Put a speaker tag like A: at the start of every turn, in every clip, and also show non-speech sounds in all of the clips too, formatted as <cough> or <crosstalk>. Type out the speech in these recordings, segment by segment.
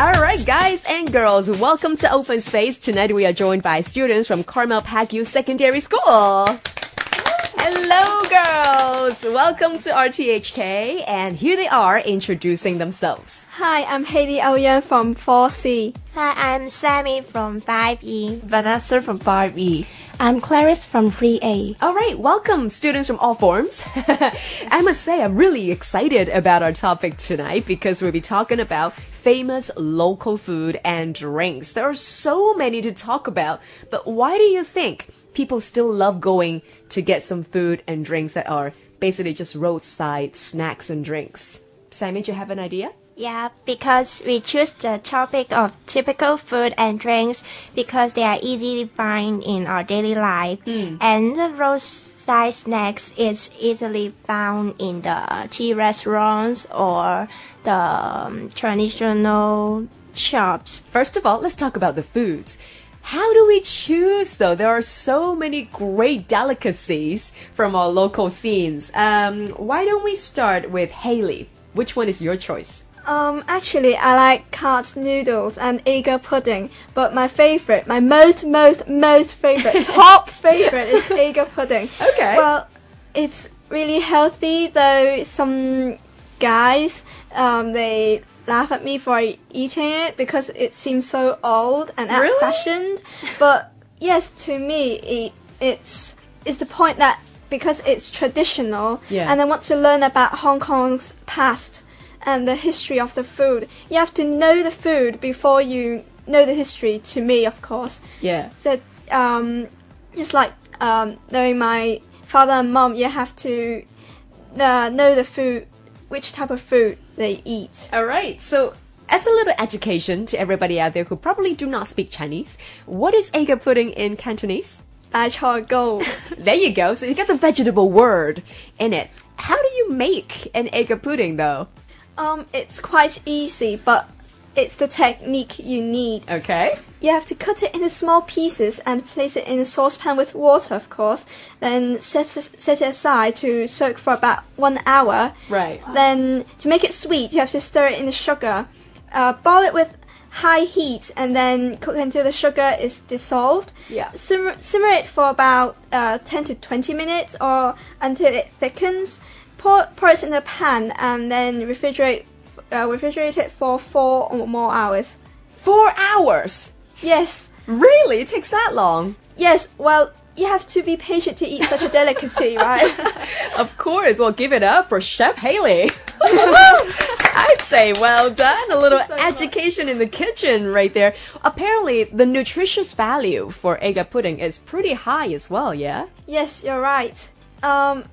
A: All right, guys and girls, welcome to Open Space. Tonight we are joined by students from Carmel Pack Youth Secondary School. Hello, girls. Welcome to RTHK, and here they are introducing themselves.
B: Hi, I'm Haiti Oyen from 4C.
C: Hi, I'm Sammy from E. 5E.
D: Vanessa from E. 5E.
E: I'm Clarice from 3A.
A: All right, welcome, students from all forms. <laughs> I must say, I'm really excited about our topic tonight because we'll be talking about famous local food and drinks. There are so many to talk about, but why do you think people still love going to get some food and drinks that are basically just roadside snacks and drinks? Sammy, do you have an idea?
C: Yeah, because we choose the topic of typical food and drinks because they are easily found in our daily life,
E: Hmm.
C: and the roadside snacks is easily found in the tea restaurants or the um, traditional shops.
A: First of all, let's talk about the foods. How do we choose though? There are so many great delicacies from our local scenes. Um, why don't we start with Haley? Which one is your choice?
B: Um, actually, I like cart noodles and eager pudding, but my favorite, my most, most,
A: <laughs>
B: most favorite, top favorite is eager pudding.
A: Okay.
B: Well, it's really healthy, though some guys, um, they laugh at me for eating it because it seems so old and
A: Really?
B: old-fashioned. But yes, to me, it, it's it's the point that because it's traditional,
A: Yeah.
B: and I want to learn about Hong Kong's past and the history of the food. You have to know the food before you know the history. To me, of course.
A: Yeah.
B: So um, just like um, knowing my father and mom, you have to uh, know the food, which type of food they eat.
A: All right. So, as a little education to everybody out there who probably do not speak Chinese, what is egg pudding in Cantonese?
B: That's how I go.
A: <laughs> There you go. So you got the vegetable word in it. How do you make an egg pudding though?
B: Um, it's quite easy, but it's the technique you need.
A: Okay.
B: You have to cut it into small pieces and place it in a saucepan with water, of course. Then set it, set it aside to soak for about one hour.
A: Right.
B: Then to make it sweet, you have to stir it in the sugar. Uh, boil it with high heat and then cook until the sugar is dissolved.
A: Yeah.
B: Simmer, simmer it for about uh, 10 to 20 minutes or until it thickens. Pour, pour it in a pan and then refrigerate uh, refrigerate it for four or more hours.
A: 4 hours.
B: Yes.
A: Really? It takes that long?
B: Yes, well, you have to be patient to eat such a delicacy, right?
A: Of course, we'll give it up for Chef
B: <laughs>
A: Haley. I'd say well done. A little
B: So much.
A: education in the kitchen right there. Apparently, the nutritious value for egg pudding is pretty high as well, yeah?
B: yes, you're right. Um,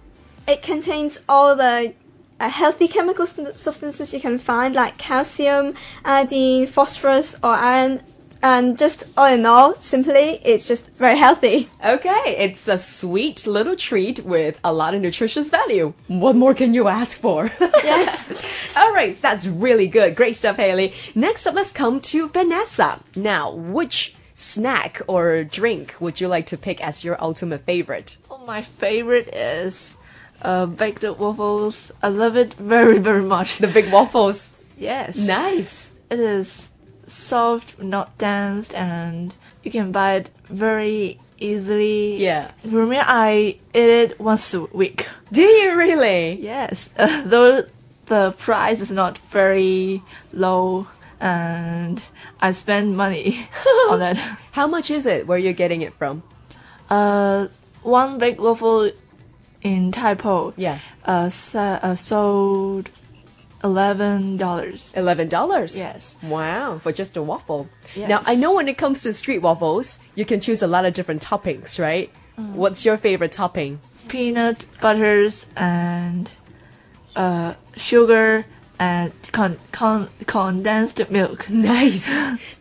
B: it contains all the uh, healthy chemical st- substances you can find, like calcium, iodine, phosphorus, or iron. And just all in all, simply, it's just very healthy.
A: Okay, it's a sweet little treat with a lot of nutritious value. What more can you ask for?
B: Yes.
A: <laughs> All right, that's really good. Great stuff, Haley. Next up, let's come to Vanessa. Now, which snack or drink would you like to pick as your ultimate favorite?
D: Oh, my favorite is uh, baked waffles. I love it very, very much. <laughs>
A: The big waffles.
D: Yes.
A: Nice.
D: It is soft, not dense, and you can buy it very easily.
A: Yeah.
D: For me, I eat it once a week.
A: Do you really?
D: Yes, <laughs> uh, though the price is not very low, and I spend money <laughs> on it.
A: How much is it? Where you're getting it from?
D: Uh, one big waffle in Taipo.
A: Yeah.
D: Uh, so, uh, sold eleven dollars.
A: Eleven dollars.
D: Yes.
A: Wow, for just a waffle.
D: Yes.
A: Now I know when it comes to street waffles, you can choose a lot of different toppings, right?
D: Mm.
A: What's your favorite topping?
D: Peanut butters and uh sugar and con- con- condensed <laughs> milk.
A: Nice.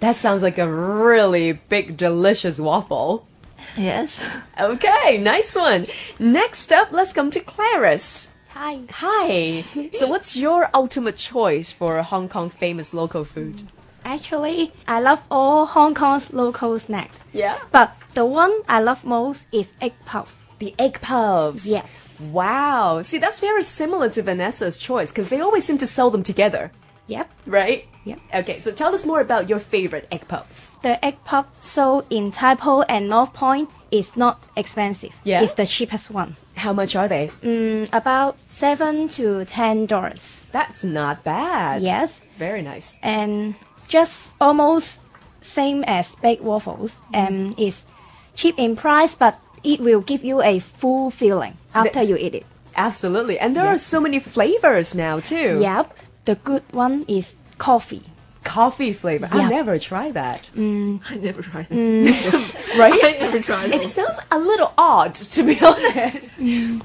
A: that sounds like a really big, delicious waffle.
D: Yes.
A: Okay, nice one. Next up, let's come to Clarice.
E: Hi.
A: Hi.
D: <laughs>
A: so, what's your ultimate choice for Hong Kong famous local food?
E: Actually, I love all Hong Kong's local snacks.
A: Yeah.
E: But the one I love most is egg puff.
A: The egg puffs.
E: Yes.
A: Wow. See, that's very similar to Vanessa's choice because they always seem to sell them together.
E: Yep.
A: right?
E: Yep.
A: Okay, so tell us more about your favorite egg puffs.
E: The egg puff sold in Taipo and North Point is not expensive.
A: Yeah?
E: It's the cheapest one.
A: How much are they?
E: Mm, about seven to ten dollars.
A: That's not bad.
E: Yes.
A: Very nice.
E: And just almost same as baked waffles. And it's cheap in price, but it will give you a full feeling after you eat it.
A: Absolutely. And there are so many flavors now, too.
E: Yep. The good one is coffee.
A: Coffee flavor.
E: Yeah.
A: I've never tried that.
D: <laughs> I never tried it.
A: Right?
D: I <laughs> never tried
A: It
D: it.
A: sounds a little odd, to be <laughs> honest.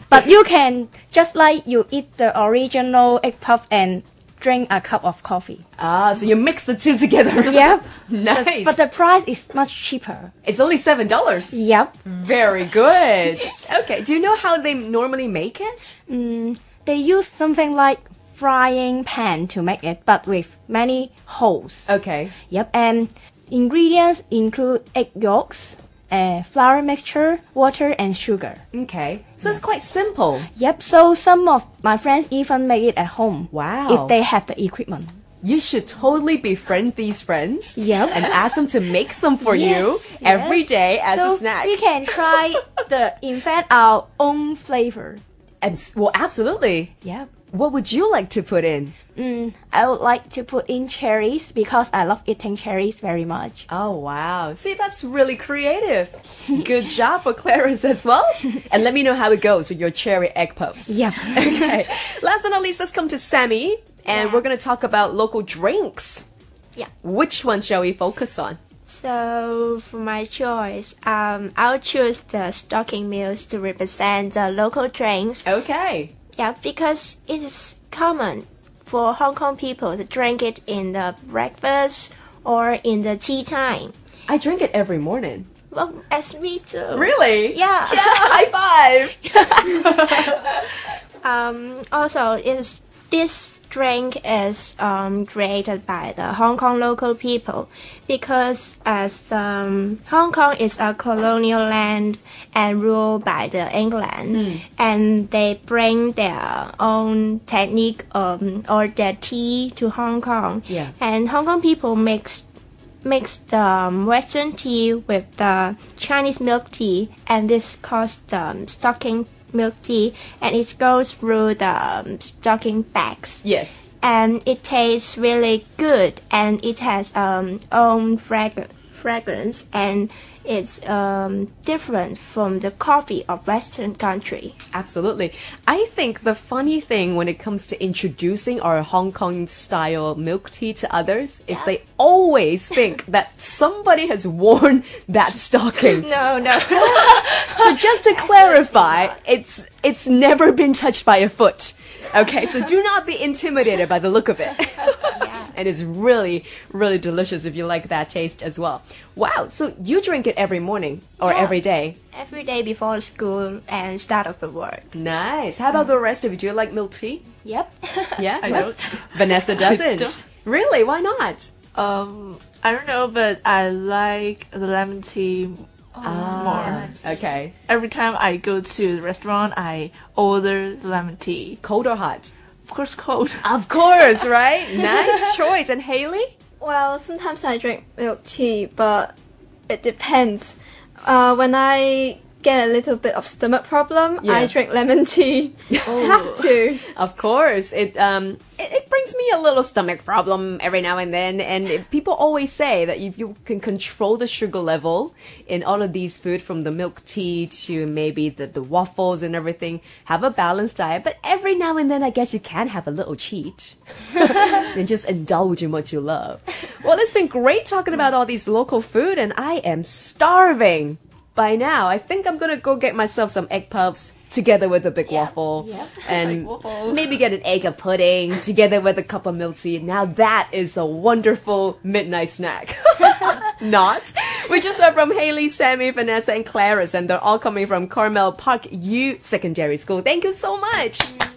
E: But you can just like you eat the original egg puff and drink a cup of coffee.
A: ah, so you mix the two together.
E: Yep.
A: <laughs> Nice.
E: But the price is much cheaper.
A: it's only $7.
E: Yep.
A: Very good. <laughs> Okay, do you know how they normally make it?
E: Mm, they use something like frying pan to make it, but with many holes.
A: Okay.
E: Yep. And ingredients include egg yolks, uh, flour mixture, water, and sugar.
A: Okay. So it's quite simple.
E: Yep. So some of my friends even make it at home.
A: Wow.
E: If they have the equipment.
A: You should totally befriend these friends.
E: Yep.
A: And ask them to make some for you
E: Yes,
A: every
E: yes.
A: day as
E: so
A: a snack.
E: we can
A: <laughs>
E: try the invent our own flavor.
A: And s- well, absolutely.
E: Yep.
A: What would you like to put in?
E: Mm, I would like to put in cherries because I love eating cherries very much.
A: Oh, wow. See, that's really <laughs> creative. Good job for Clarice as <laughs> well. And let me know how it goes with your cherry egg puffs.
E: Yep.
A: <laughs> Okay. Last but not least, let's come to Sammy. And
C: Yeah.
A: we're going to talk about local drinks.
C: Yeah.
A: Which one shall we focus on?
C: So for my choice, um, I'll choose the stocking meals to represent the local drinks.
A: Okay.
C: Yeah, because it is common for Hong Kong people to drink it in the breakfast or in the tea time.
A: I drink it every morning.
C: Well, as me too.
A: Really?
C: Yeah.
A: <laughs> Yeah. High
C: <laughs>
A: five.
C: Um, also, is this drink is um, created by the Hong Kong local people because as um, Hong Kong is a colonial land and ruled by the England, and they bring their own technique um, or their tea to Hong Kong.
A: Yeah.
C: and Hong Kong people mix mix the um, Western tea with the Chinese milk tea, and this caused the um, stocking milk tea, and it goes through the um, stocking bags,
A: Yes.
C: and it tastes really good, and it has um own frag- fragrance, and it's um different from the coffee of Western country.
A: Absolutely. I think the funny thing when it comes to introducing our Hong Kong style milk tea to others is they always think that somebody has worn that stocking.
C: No, no.
A: so just to clarify, it's it's never been touched by a foot. Okay, so do not be intimidated by the look of it. and it's really, really delicious if you like that taste as well. Wow, so you drink it every morning or
C: Yeah.
A: every day.
C: <laughs> Every day before school and start of the work.
A: Nice. How about the rest of you? Do you like milk tea?
E: Yep.
A: Yeah,
D: I
A: no?
D: don't.
A: Vanessa doesn't.
D: don't.
A: Really? Why not?
D: Um, I don't know, but I like the lemon tea Oh, more.
A: Okay.
D: Every time I go to the restaurant, I order the lemon tea.
A: Cold or hot?
D: Of course, cold. <laughs>
A: Of course, right? <laughs> nice choice. And Haley?
B: Well, sometimes I drink milk tea, but it depends. Uh, when I get a little bit of stomach problem,
A: Yeah.
B: I drink lemon tea. <laughs> Have to.
A: Of course. It um it, it brings me a little stomach problem every now and then and it- people always say that if you can control the sugar level in all of these food from the milk tea to maybe the, the waffles and everything, have a balanced diet, but every now and then I guess you can have a little cheat. and just indulge in what you love. Well, it's been great talking about all these local food, and I am starving by now. I think I'm gonna go get myself some egg puffs together with a big waffle, and maybe get an egg of pudding together with a cup of milk tea. Now that is a wonderful midnight snack. <laughs> Not. We just heard from Haley, Sammy, Vanessa, and Clarice, and they're all coming from Carmel Park U Secondary School. Thank you so much.